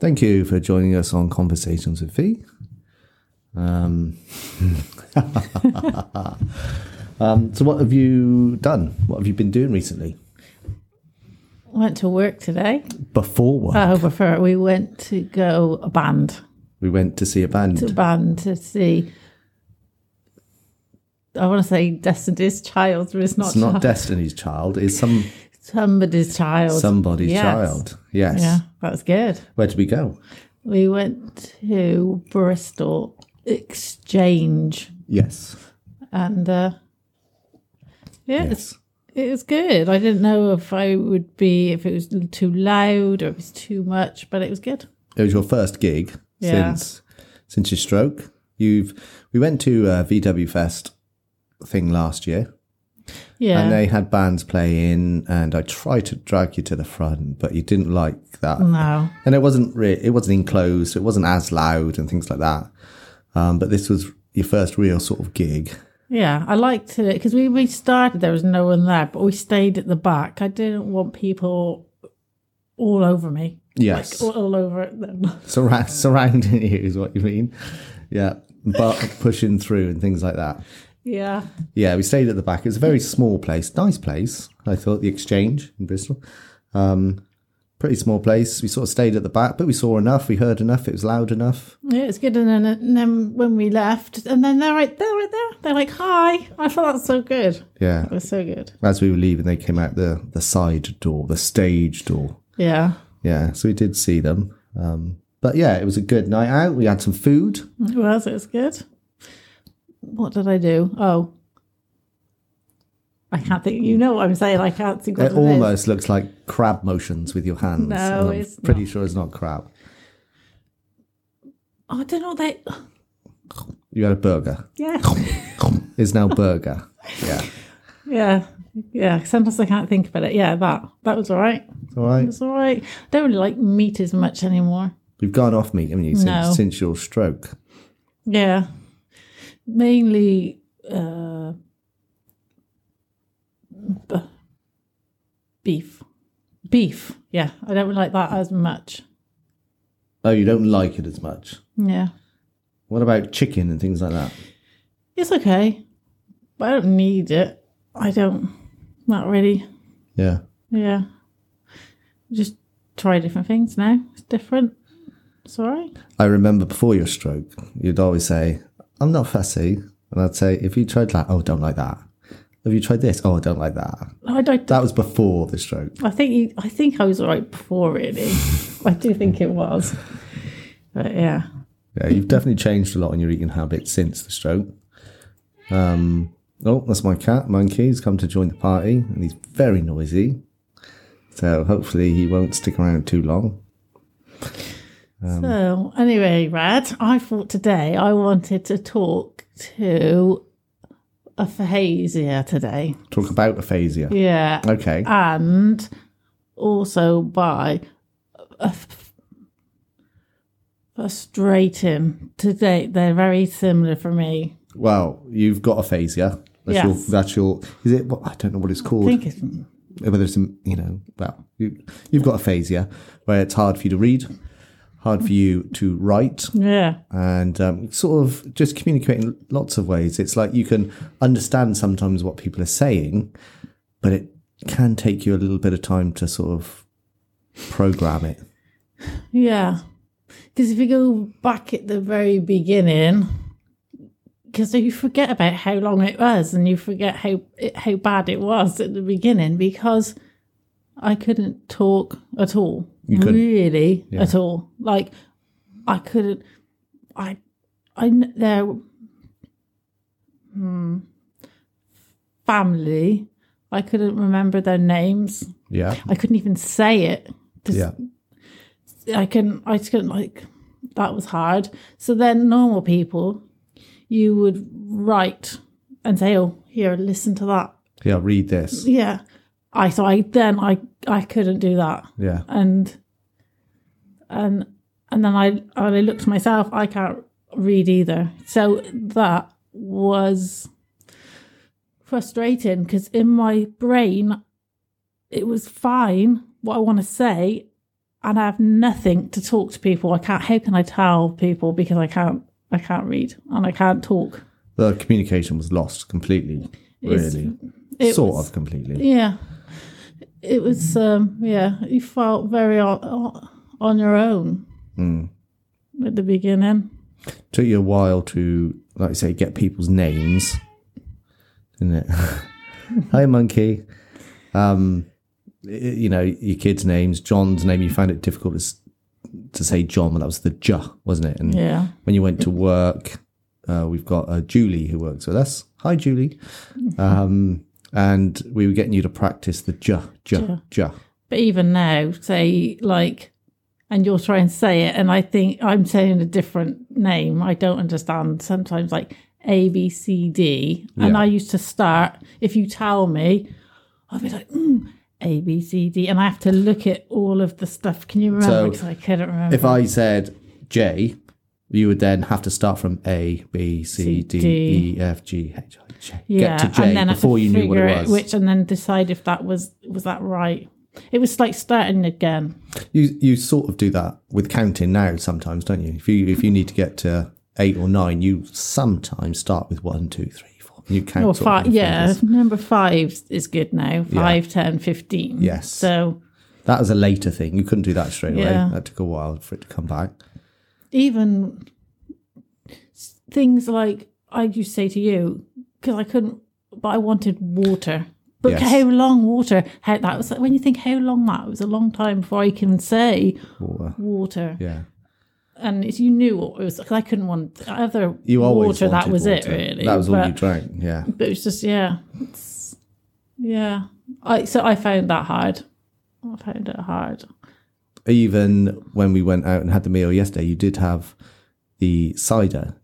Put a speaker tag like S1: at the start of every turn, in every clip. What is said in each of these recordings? S1: Thank you for joining us on Conversations with V. Um, um, so, what have you done? What have you been doing recently?
S2: Went to work today.
S1: Before work,
S2: Oh, before we went to go a band
S1: we went to see a band.
S2: to a band to see. I want to say Destiny's Child, but it's not.
S1: it's not
S2: child,
S1: Destiny's Child. It's some
S2: somebody's child.
S1: somebody's
S2: Yes.
S1: child. Yes.
S2: Yeah, that was good.
S1: Where did we go?
S2: We went to Bristol Exchange,
S1: Yes.
S2: and uh, yeah, it's
S1: Yes.
S2: It was good. I didn't know if I would be if it was too loud or it was too much, but it was good.
S1: It was your first gig
S2: Yeah.
S1: since since your stroke. You've we went to a VW Fest thing last year.
S2: Yeah.
S1: And they had bands play in, and I tried to drag you to the front, but you didn't like that.
S2: no.
S1: And it wasn't re- it wasn't enclosed, it wasn't as loud and things like that. Um, but this was your first real sort of gig.
S2: Yeah, I liked it because we we started there was no one there, but we stayed at the back. I didn't want people all over me,
S1: Yes,
S2: all, all over them.
S1: Surra- surrounding you is what you mean. Yeah, but pushing through and things like that.
S2: yeah.
S1: Yeah, we stayed at the back. It was a very small place, nice place. I thought the Exchange in Bristol, um, pretty small place. We sort of stayed at the back, but we saw enough. We heard enough. It was loud enough.
S2: Yeah, it's good. And then, and then when we left, and then they're right there, right there. They're like, "Hi!" I thought that's so good.
S1: Yeah,
S2: It was so good.
S1: as we were leaving, they came out the the side door, the stage door.
S2: Yeah,
S1: Yeah, so we did see them. Um, but yeah, it was a good night out. We had some food.
S2: it was. It was good. What did I do? Oh, I can't think. You know what I'm saying? I can't think. What
S1: It
S2: it is.
S1: almost looks like crab motions with your hands.
S2: No,
S1: and I'm
S2: it's
S1: pretty sure it's not crab.
S2: Oh, I don't know. They.
S1: You had a burger.
S2: Yeah.
S1: It's now burger. Yeah,
S2: Yeah, yeah. Sometimes I can't think about it. Yeah, that that was all right.
S1: It's all right.
S2: It's all right. Don't really like meat as much anymore.
S1: You've gone off meat, haven't you, since,
S2: No.
S1: since your stroke?
S2: Yeah, mainly uh, b- beef, beef. Yeah, I don't like that as much.
S1: Oh, you don't like it as much.
S2: Yeah,
S1: What about chicken and things like that?
S2: it's okay, but I don't need it. I don't. Not really.
S1: Yeah.
S2: Yeah, just try different things now. It's different. It's all right.
S1: I remember before your stroke, you'd always say, I'm not fussy. And I'd say, if you tried that, oh, don't like that. Have you tried this? Oh, I don't like that.
S2: I don't.
S1: That was before the stroke.
S2: I think you, I think I was all right before, really. I do think it was, but yeah,
S1: Yeah, you've definitely changed a lot in your eating habits since the stroke. Um, oh, that's my cat, Monkey. He's come to join the party and he's very noisy. So hopefully he won't stick around too long.
S2: so anyway, Rad, I thought today I wanted to talk to aphasia today,
S1: Talk about aphasia.
S2: yeah,
S1: Okay.
S2: and also by uh, frustrating today. They're very similar for me.
S1: Well, you've got aphasia. That's your.
S2: Yes.
S1: That's your. Is it? Well, I don't know what it's
S2: I
S1: called.
S2: think it's
S1: Whether it's um, you know. Well, you, you've got aphasia, where it's hard for you to read, hard for you to write,
S2: yeah,
S1: and um, sort of just communicate in lots of ways. It's like you can understand sometimes what people are saying, but it can take you a little bit of time to sort of program it.
S2: Yeah. Because if you go back at the very beginning, because you forget about how long it was and you forget how how bad it was at the beginning because I couldn't talk at all.
S1: couldn't.
S2: Really at all. Like I couldn't I I kn- there hmm, family I couldn't remember their names.
S1: Yeah.
S2: I couldn't even say it. 'cause
S1: Yeah.
S2: I couldn't, I just couldn't like, that was hard. So then normal people, you would write and say, oh, here, listen to that.
S1: Yeah. Read this.
S2: Yeah. I, so I, then I, I couldn't do that.
S1: Yeah.
S2: And, and, and then I, and I looked to myself, I can't read either. So that was frustrating because in my brain, it was fine what I want to say and I have nothing to talk to people. I can't. How can I tell people because I can't? I can't read and I can't talk.
S1: The communication was lost completely,
S2: It's-
S1: really.
S2: it
S1: sort
S2: was-
S1: of completely.
S2: Yeah, it was. Um, yeah, you felt very on, on your own
S1: Hmm.
S2: at the beginning.
S1: Took you a while to, like I say, get people's names, didn't it? Hi, monkey. Um, i- you know your kids' names. John's name. You found it difficult to, s- to say John, but that was the J, wasn't it? And
S2: Yeah,
S1: when you went to work, uh, we've got uh, Julie who works with us. Hi, Julie. Um, and we were getting you to practice the J, J, J.
S2: but even now, say like, and you're trying to say it, and I think I'm saying a different name. I don't understand sometimes, like A B C D, and
S1: Yeah.
S2: I used to start. If you tell me, I'll be like. Mm, a B C D, and I have to look at all of the stuff. Can you remember?
S1: So,
S2: Because I couldn't remember.
S1: If I said J, you would then have to start from A, B, C, D,
S2: D.
S1: E, F, G, H, I, J.
S2: yeah,
S1: Get to J
S2: and then I had
S1: before
S2: to
S1: you knew what
S2: figure
S1: it was.
S2: which, and then decide if that was was that right. It was like starting again.
S1: You you sort of do that with counting now sometimes, don't you? If you if you need to get to eight or nine, you sometimes start with one, two, three, four. You count.
S2: Or
S1: sort of
S2: five,
S1: with your
S2: yeah.
S1: fingers.
S2: Number five is good now. Five, ten, fifteen.
S1: Yes.
S2: So
S1: That was a later thing. You couldn't do that straight
S2: Yeah.
S1: away. That took a while for it to come back.
S2: even s- things like I used to say to you because I couldn't, but I wanted water. But
S1: Yes.
S2: how long water? How that was when you think how long that it was a long time before I can say
S1: Water.
S2: water.
S1: Yeah.
S2: and it's, you knew what it was because I couldn't want other
S1: You always
S2: water. That
S1: wanted
S2: was it,
S1: water.
S2: really.
S1: That was all
S2: but,
S1: you drank. Yeah.
S2: but it was just yeah, it's, yeah. I so I found that hard. I found it hard.
S1: Even when we went out and had the meal yesterday, you did have the cider.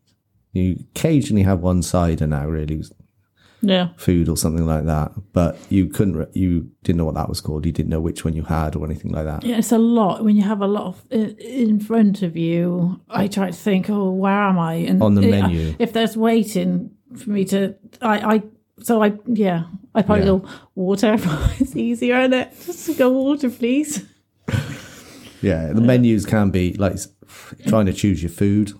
S1: You occasionally have one cider now, really,
S2: Yeah,
S1: food or something like that. But you couldn't. Re- you didn't know what that was called. You didn't know which one you had or anything like that.
S2: yeah. It's a lot when you have a lot of in, in front of you. I try to think, oh, where am I? And
S1: On the
S2: it- uh,
S1: menu.
S2: if there's waiting for me to, I, I. So I, yeah, I probably
S1: Yeah.
S2: go water. it's easier, isn't it? Just to go water, please.
S1: Yeah, the menus can be like s- trying to choose your food.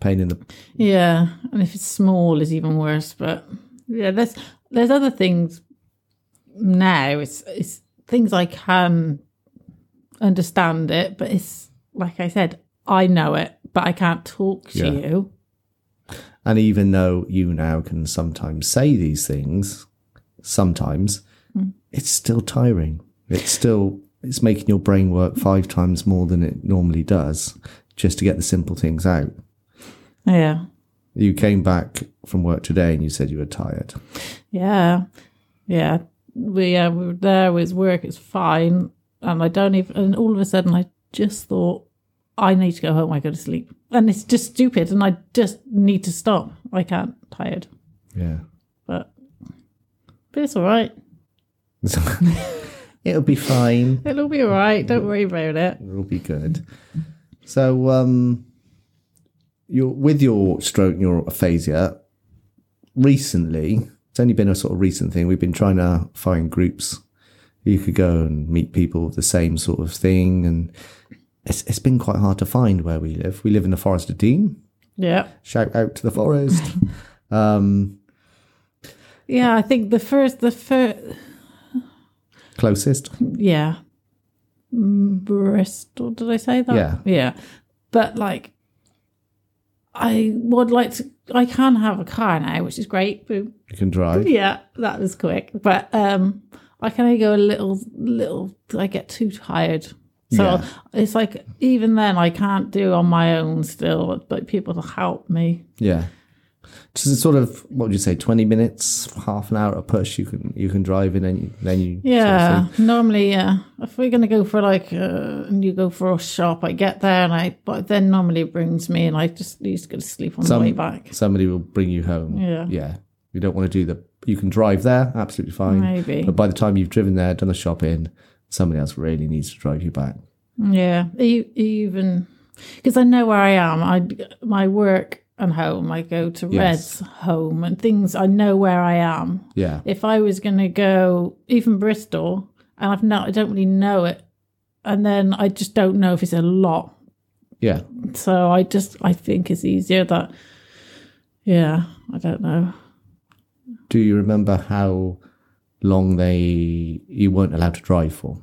S1: Pain in the
S2: Yeah, and if it's small, it's even worse. But yeah, there's there's other things now. It's it's things I can understand it, but it's like I said, I know it, but I can't talk to
S1: Yeah.
S2: you.
S1: And even though you now can sometimes say these things, sometimes it's still tiring. It's still it's making your brain work five times more than it normally does just to get the simple things out.
S2: Yeah,
S1: You came back from work today and you said you were tired.
S2: yeah, yeah. We uh, we were there with work. It's fine, and I don't even. And all of a sudden, I just thought. I need to go home. I go to sleep, and it's just stupid. And I just need to stop. I can't. Tired.
S1: Yeah.
S2: but but it's all right.
S1: It'll be fine.
S2: It'll be all right. Don't worry about it.
S1: It'll be good. So um you're with your stroke and your aphasia recently, it's only been a sort of recent thing. We've been trying to find groups you could go and meet people with the same sort of thing, and it's it's been quite hard to find where we live. We live in the Forest of Dean.
S2: Yeah,
S1: Shout out to the forest. um,
S2: yeah. I think the first, the first,
S1: closest,
S2: yeah, Mm, Bristol. Did I say that?
S1: Yeah.
S2: yeah. But like, I would like to. I can have a car now, which is great. Boom.
S1: you can drive.
S2: Yeah, that was quick. But um I can only go a little little I get too tired. So
S1: Yeah.
S2: it's like even then I can't do on my own still, but people to help me.
S1: Yeah. Just sort of what would you say, twenty minutes, half an hour at a push. You can you can drive in, and you, then you sort of
S2: Yeah.
S1: think,
S2: normally, yeah. If we're gonna go for like uh and you go for a shop, I get there and I but then normally it brings me and I just used to go to sleep on
S1: Some-
S2: the way back.
S1: somebody will bring you home.
S2: Yeah.
S1: Yeah. You don't want to do the. You can drive there, absolutely fine.
S2: Maybe.
S1: But by the time you've driven there, done the shopping, somebody else really needs to drive you back.
S2: Yeah, e- even because I know where I am. I my work and home. I go to
S1: Yes.
S2: Red's home and things. I know where I am.
S1: Yeah.
S2: If I was going to go even Bristol, and I've not, I don't really know it and then I just don't know if it's a lot.
S1: Yeah.
S2: So I just I think it's easier that. Yeah, I don't know.
S1: Do you remember how long they you weren't allowed to drive for?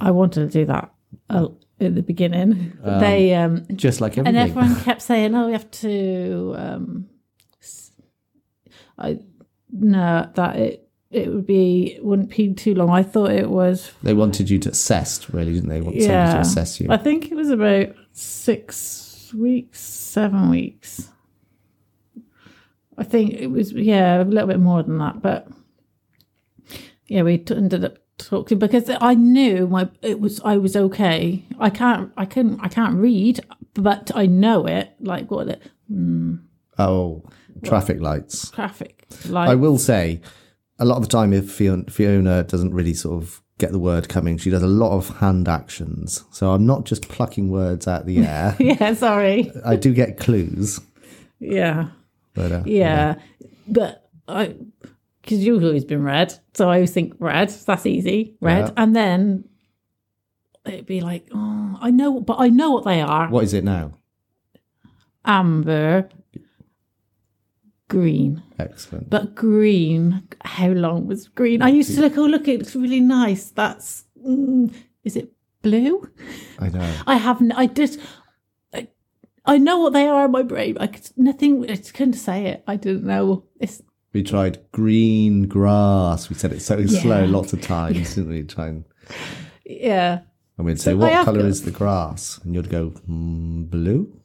S2: I wanted to do that uh, at the beginning. But they um,
S1: Just like
S2: and
S1: everything.
S2: everyone kept saying, "Oh, we have to." Um, s- I no, that it it would be wouldn't be too long. I thought it was.
S1: they wanted you to assess, really, didn't they? They wanted
S2: Yeah.
S1: to assess you.
S2: I think it was about six weeks, seven weeks. I think it was yeah, a little bit more than that, but yeah, we t- ended up talking because I knew my it was I was okay. I can't I couldn't I can't read, but I know it like what it
S1: Oh, traffic lights.
S2: traffic
S1: I
S2: light.
S1: will say, a lot of the time, if Fion- Fiona doesn't really sort of get the word coming, she does a lot of hand actions. So I'm not just plucking words out the air.
S2: yeah, sorry.
S1: I do get clues,
S2: Yeah,
S1: but uh,
S2: yeah, but I because you've always been red, so I always think red. That's easy, red,
S1: Yeah.
S2: and then it'd be like, oh, I know, but I know what they are:
S1: what is it now?
S2: amber, green.
S1: Excellent.
S2: But green, how long was green? I used to look. Oh, look, it's really nice. That's mm, is it blue?
S1: I know.
S2: I haven't. I just. I, I know what they are in my brain. I could, nothing. I just couldn't say it. I didn't know. It's
S1: We tried green grass. We said it so
S2: Yeah.
S1: slow lots of times, didn't we? Try and,
S2: yeah.
S1: and we'd say,
S2: I
S1: What
S2: have
S1: colour
S2: to-
S1: is the grass? And you'd go, mm, Blue?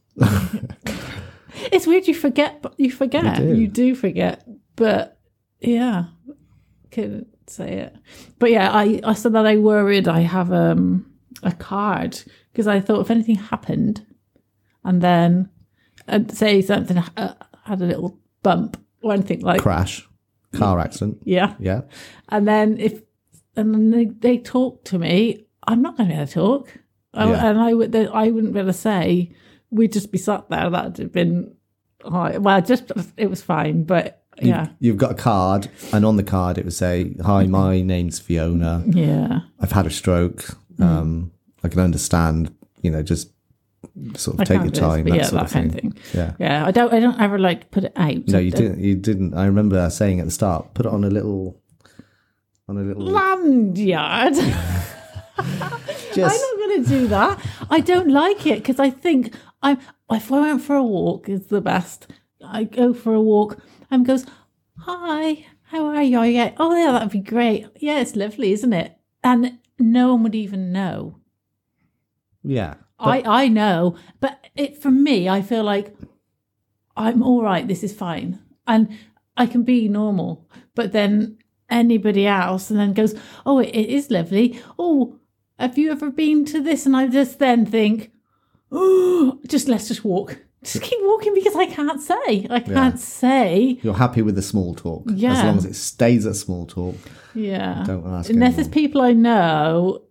S2: It's weird you forget, but you forget.
S1: You do.
S2: You do forget, but yeah, couldn't say it. But yeah, I I said that I worried I have um a card because I thought if anything happened, and then and say something uh, had a little bump or anything like
S1: Crash. Car accident.
S2: yeah,
S1: Yeah.
S2: and then if and then they, they talk to me, I'm not going to be able to talk, I,
S1: Yeah.
S2: and I would I wouldn't be able to say. We'd just be sat there. That'd have been oh, well, just it was fine, but yeah,
S1: You've got a card, and on the card it would say, Hi, my name's Fiona.
S2: yeah,
S1: I've had a stroke.
S2: Mm.
S1: Um, I can understand, you know, just sort of
S2: I
S1: take your
S2: can't do
S1: time,
S2: this, but
S1: that
S2: yeah,
S1: sort
S2: that
S1: of
S2: kind
S1: thing.
S2: of thing.
S1: Yeah.
S2: Yeah, I don't I don't ever like to put it out.
S1: No, you didn't. You didn't. I remember saying at the start, put it on a little, on a little.
S2: Lanyard. I'm
S1: Just
S2: not going to do that. I don't like it because I think I'm. If I went for a walk, is the best. I go for a walk and goes, "Hi, how are you? Are you okay? Oh yeah, that'd be great. Yeah, it's lovely, isn't it?" And no one would even know.
S1: yeah.
S2: I I know, but it for me, I feel like I'm all right. This is fine, and I can be normal. But then anybody else, and then goes, oh, it, it is lovely. Oh, have you ever been to this? And I just then think, oh, just let's just walk. Just keep walking because I can't say. I can't say.
S1: You're happy with the small talk, as
S2: Yeah.
S1: long as it stays at small talk.
S2: Yeah.
S1: Don't ask.
S2: Unless it's
S1: anyone.
S2: people I know,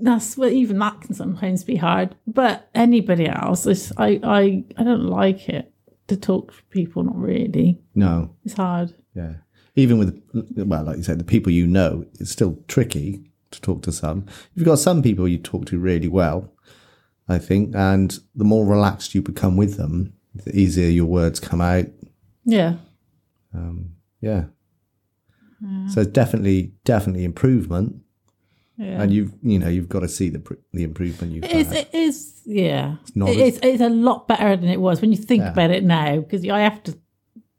S2: that's well, even that can sometimes be hard. But anybody else, it's, I, I, I don't like it to talk to people. Not really.
S1: no,
S2: It's hard.
S1: yeah. Even with well, like you said, the people you know, it's still tricky to talk to some. You've got some people you talk to really well, I think, and the more relaxed you become with them, the easier your words come out.
S2: Yeah.
S1: Yeah.
S2: Hmm.
S1: So it's definitely, definitely improvement,
S2: Yeah.
S1: and you've you know you've got to see the pr- the improvement you've
S2: It is,
S1: had.
S2: it is, yeah.
S1: not
S2: It
S1: as-
S2: is, it's a lot better than it was when you think about it now, because I have to,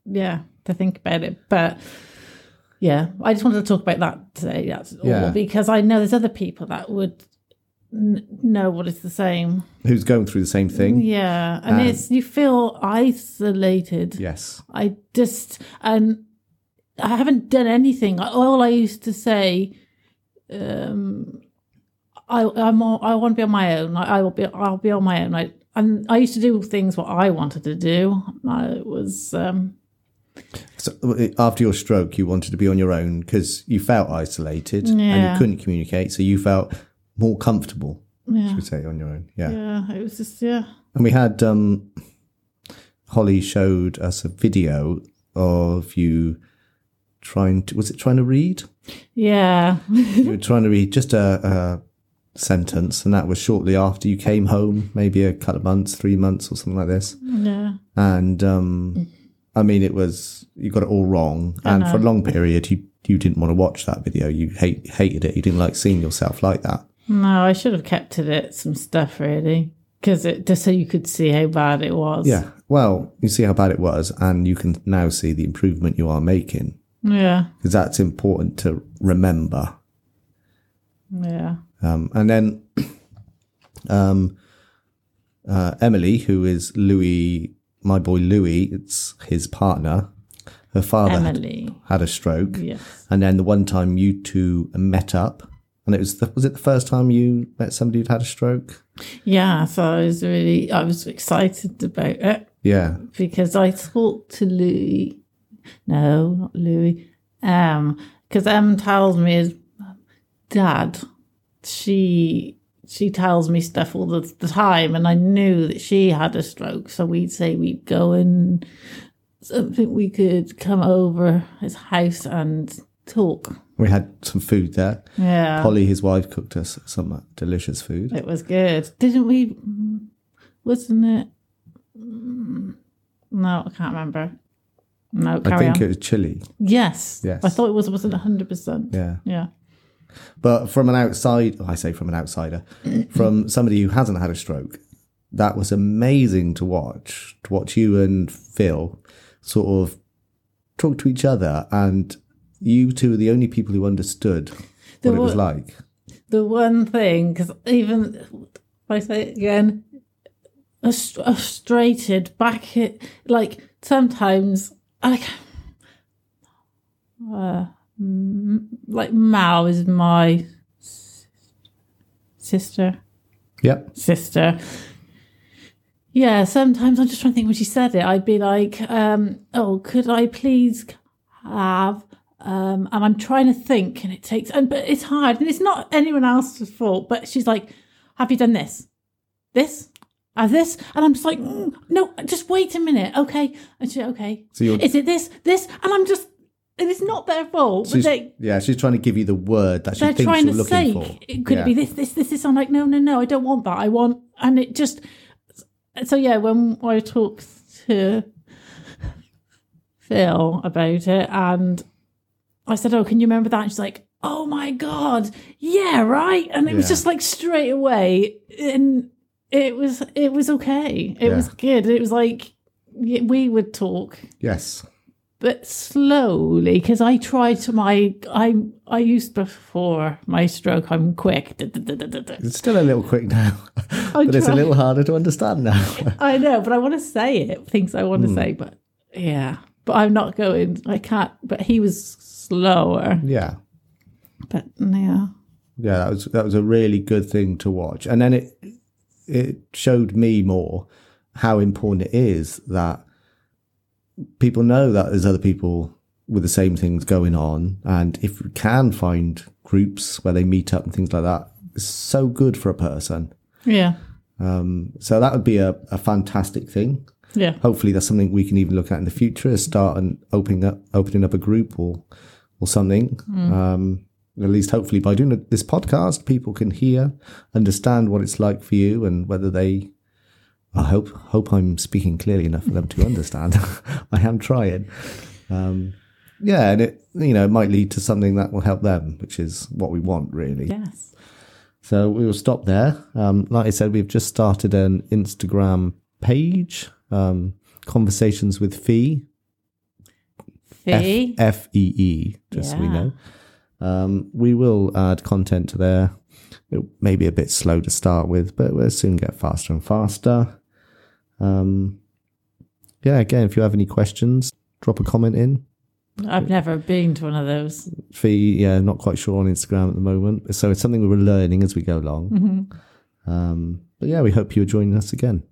S2: yeah, to think about it. But yeah, I just wanted to talk about that today. That's all,
S1: Yeah.
S2: because I know there's other people that would n- know what is the same.
S1: Who's going through the same thing? Um,
S2: Yeah, and it's you feel isolated.
S1: Yes.
S2: I just and I haven't done anything. All I used to say, um, I I'm all, I want to be on my own. I, I will be I'll be on my own. I and I used to do things what I wanted to do. I was um,
S1: So uh, after your stroke, you wanted to be on your own because you felt isolated and
S2: Yeah.
S1: you couldn't communicate, so you felt more comfortable.
S2: yeah
S1: Should we say on your own? Yeah.
S2: yeah. It was just yeah
S1: And we had um, Holly showed us a video of you trying to was it trying to read?
S2: yeah
S1: You were trying to read just a, sentence, and that was shortly after you came home, maybe a couple of months, three months, or something like this.
S2: Yeah.
S1: And um, I mean, it was you got it all wrong, and for a long period, you you didn't want to watch that video. You hate hated it. You didn't like seeing yourself like that.
S2: No, I should have kept it at some stuff really, because it just so you could see how bad it was.
S1: Yeah. Well, you see how bad it was, and you can now see the improvement you are making
S2: Yeah.
S1: because that's important to remember.
S2: Yeah.
S1: Um, and then um, uh, Emily, who is Louis, my boy Louis, it's his partner. Her father had,
S2: Emily.
S1: had a stroke,
S2: Yes.
S1: and then the one time you two met up, and it was the, was it the first time you met somebody who'd had a stroke?
S2: Yeah. So I was really, I was excited about it
S1: Yeah,
S2: because I talked to Louis. No, not Louis. Um, because Em tells me his dad. She she tells me stuff all the, the time, and I knew that she had a stroke. So we'd say we'd go and something we could come over his house and talk.
S1: we had some food there.
S2: Yeah,
S1: Polly, his wife, cooked us some uh, delicious food.
S2: it was good, didn't we? mm, Wasn't it? mm, No, I can't remember. No, carry
S1: I think
S2: on.
S1: it was chili.
S2: Yes.
S1: Yes.
S2: I thought it was wasn't hundred percent.
S1: Yeah.
S2: Yeah.
S1: But from an outside, oh, I say from an outsider, from somebody who hasn't had a stroke, that was amazing to watch. To watch you and Phil sort of talk to each other, and you two are the only people who understood
S2: There
S1: what it was
S2: were-
S1: like.
S2: The one thing, because even if I say it again, frus- frustrated back it like sometimes like uh, mm, like Mao is my s- sister.
S1: Yep.
S2: sister. Yeah, sometimes I'm just trying to think when she said it, I'd be like, um, oh, could I please have um and I'm trying to think and it takes and but it's hard and it's not anyone else's fault, but she's like, Have you done this? This? Have this? And I'm just like, "Mm, no, just wait a minute, okay. And she okay.
S1: So you're.
S2: Is it this? This? And I'm just and it's not their fault, but
S1: she's-
S2: they
S1: yeah, she's trying to give you the word that she
S2: they're
S1: thinks
S2: trying
S1: you're
S2: to
S1: looking
S2: say,
S1: for.
S2: could
S1: Yeah.
S2: it be this, this, this, this? I'm like, no, no, no, I don't want that. I want, and it just, so yeah, when I talked to Phil about it, and I said, oh, can you remember that? And she's like, oh my God, yeah, right. And it was
S1: Yeah.
S2: just like straight away, and it was, it was okay. It
S1: Yeah.
S2: was good. It was like, y- we would talk
S1: Yes.
S2: but slowly because i tried to my i i used before my stroke i'm quick Da, da, da, da, da, da.
S1: It's still a little quick now, but it's a
S2: try.
S1: little harder to understand now.
S2: i know but i want to say it things i want to say but yeah but i'm not going i can't but he was slower
S1: yeah.
S2: but yeah
S1: yeah that was that was a really good thing to watch and then it it showed me more how important it is that people know that there's other people with the same things going on and if we can find groups where they meet up and things like that it's so good for a person
S2: yeah
S1: um, so that would be a, a fantastic thing
S2: yeah
S1: hopefully that's something we can even look at in the future is start and opening up opening up a group or or something um at least hopefully by doing this podcast people can hear understand what it's like for you and whether they i hope hope i'm speaking clearly enough for them to understand i am trying um yeah and it you know it might lead to something that will help them which is what we want really
S2: yes
S1: so we will stop there. Um, like I said, we've just started an Instagram page, um, Conversations with Fee,
S2: fee
S1: F E E, just so we
S2: Yeah.
S1: know. Um, we will add content to there. It may be a bit slow to start with, but we'll soon get faster and faster. Um, yeah, again, if you have any questions, drop a comment in.
S2: i've never been to one of those
S1: Fee, yeah, not quite sure on Instagram at the moment. So it's something we're learning as we go along. Um, but yeah, we hope you're joining us again.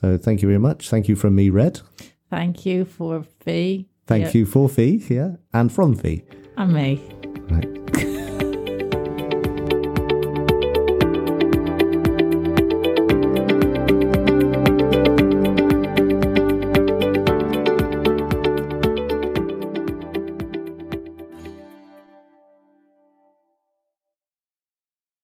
S1: So thank you very much. Thank you from me, Red.
S2: thank you for fee
S1: Thank
S2: Yeah.
S1: you for Fee, yeah, and from Fee.
S2: and me
S1: Right.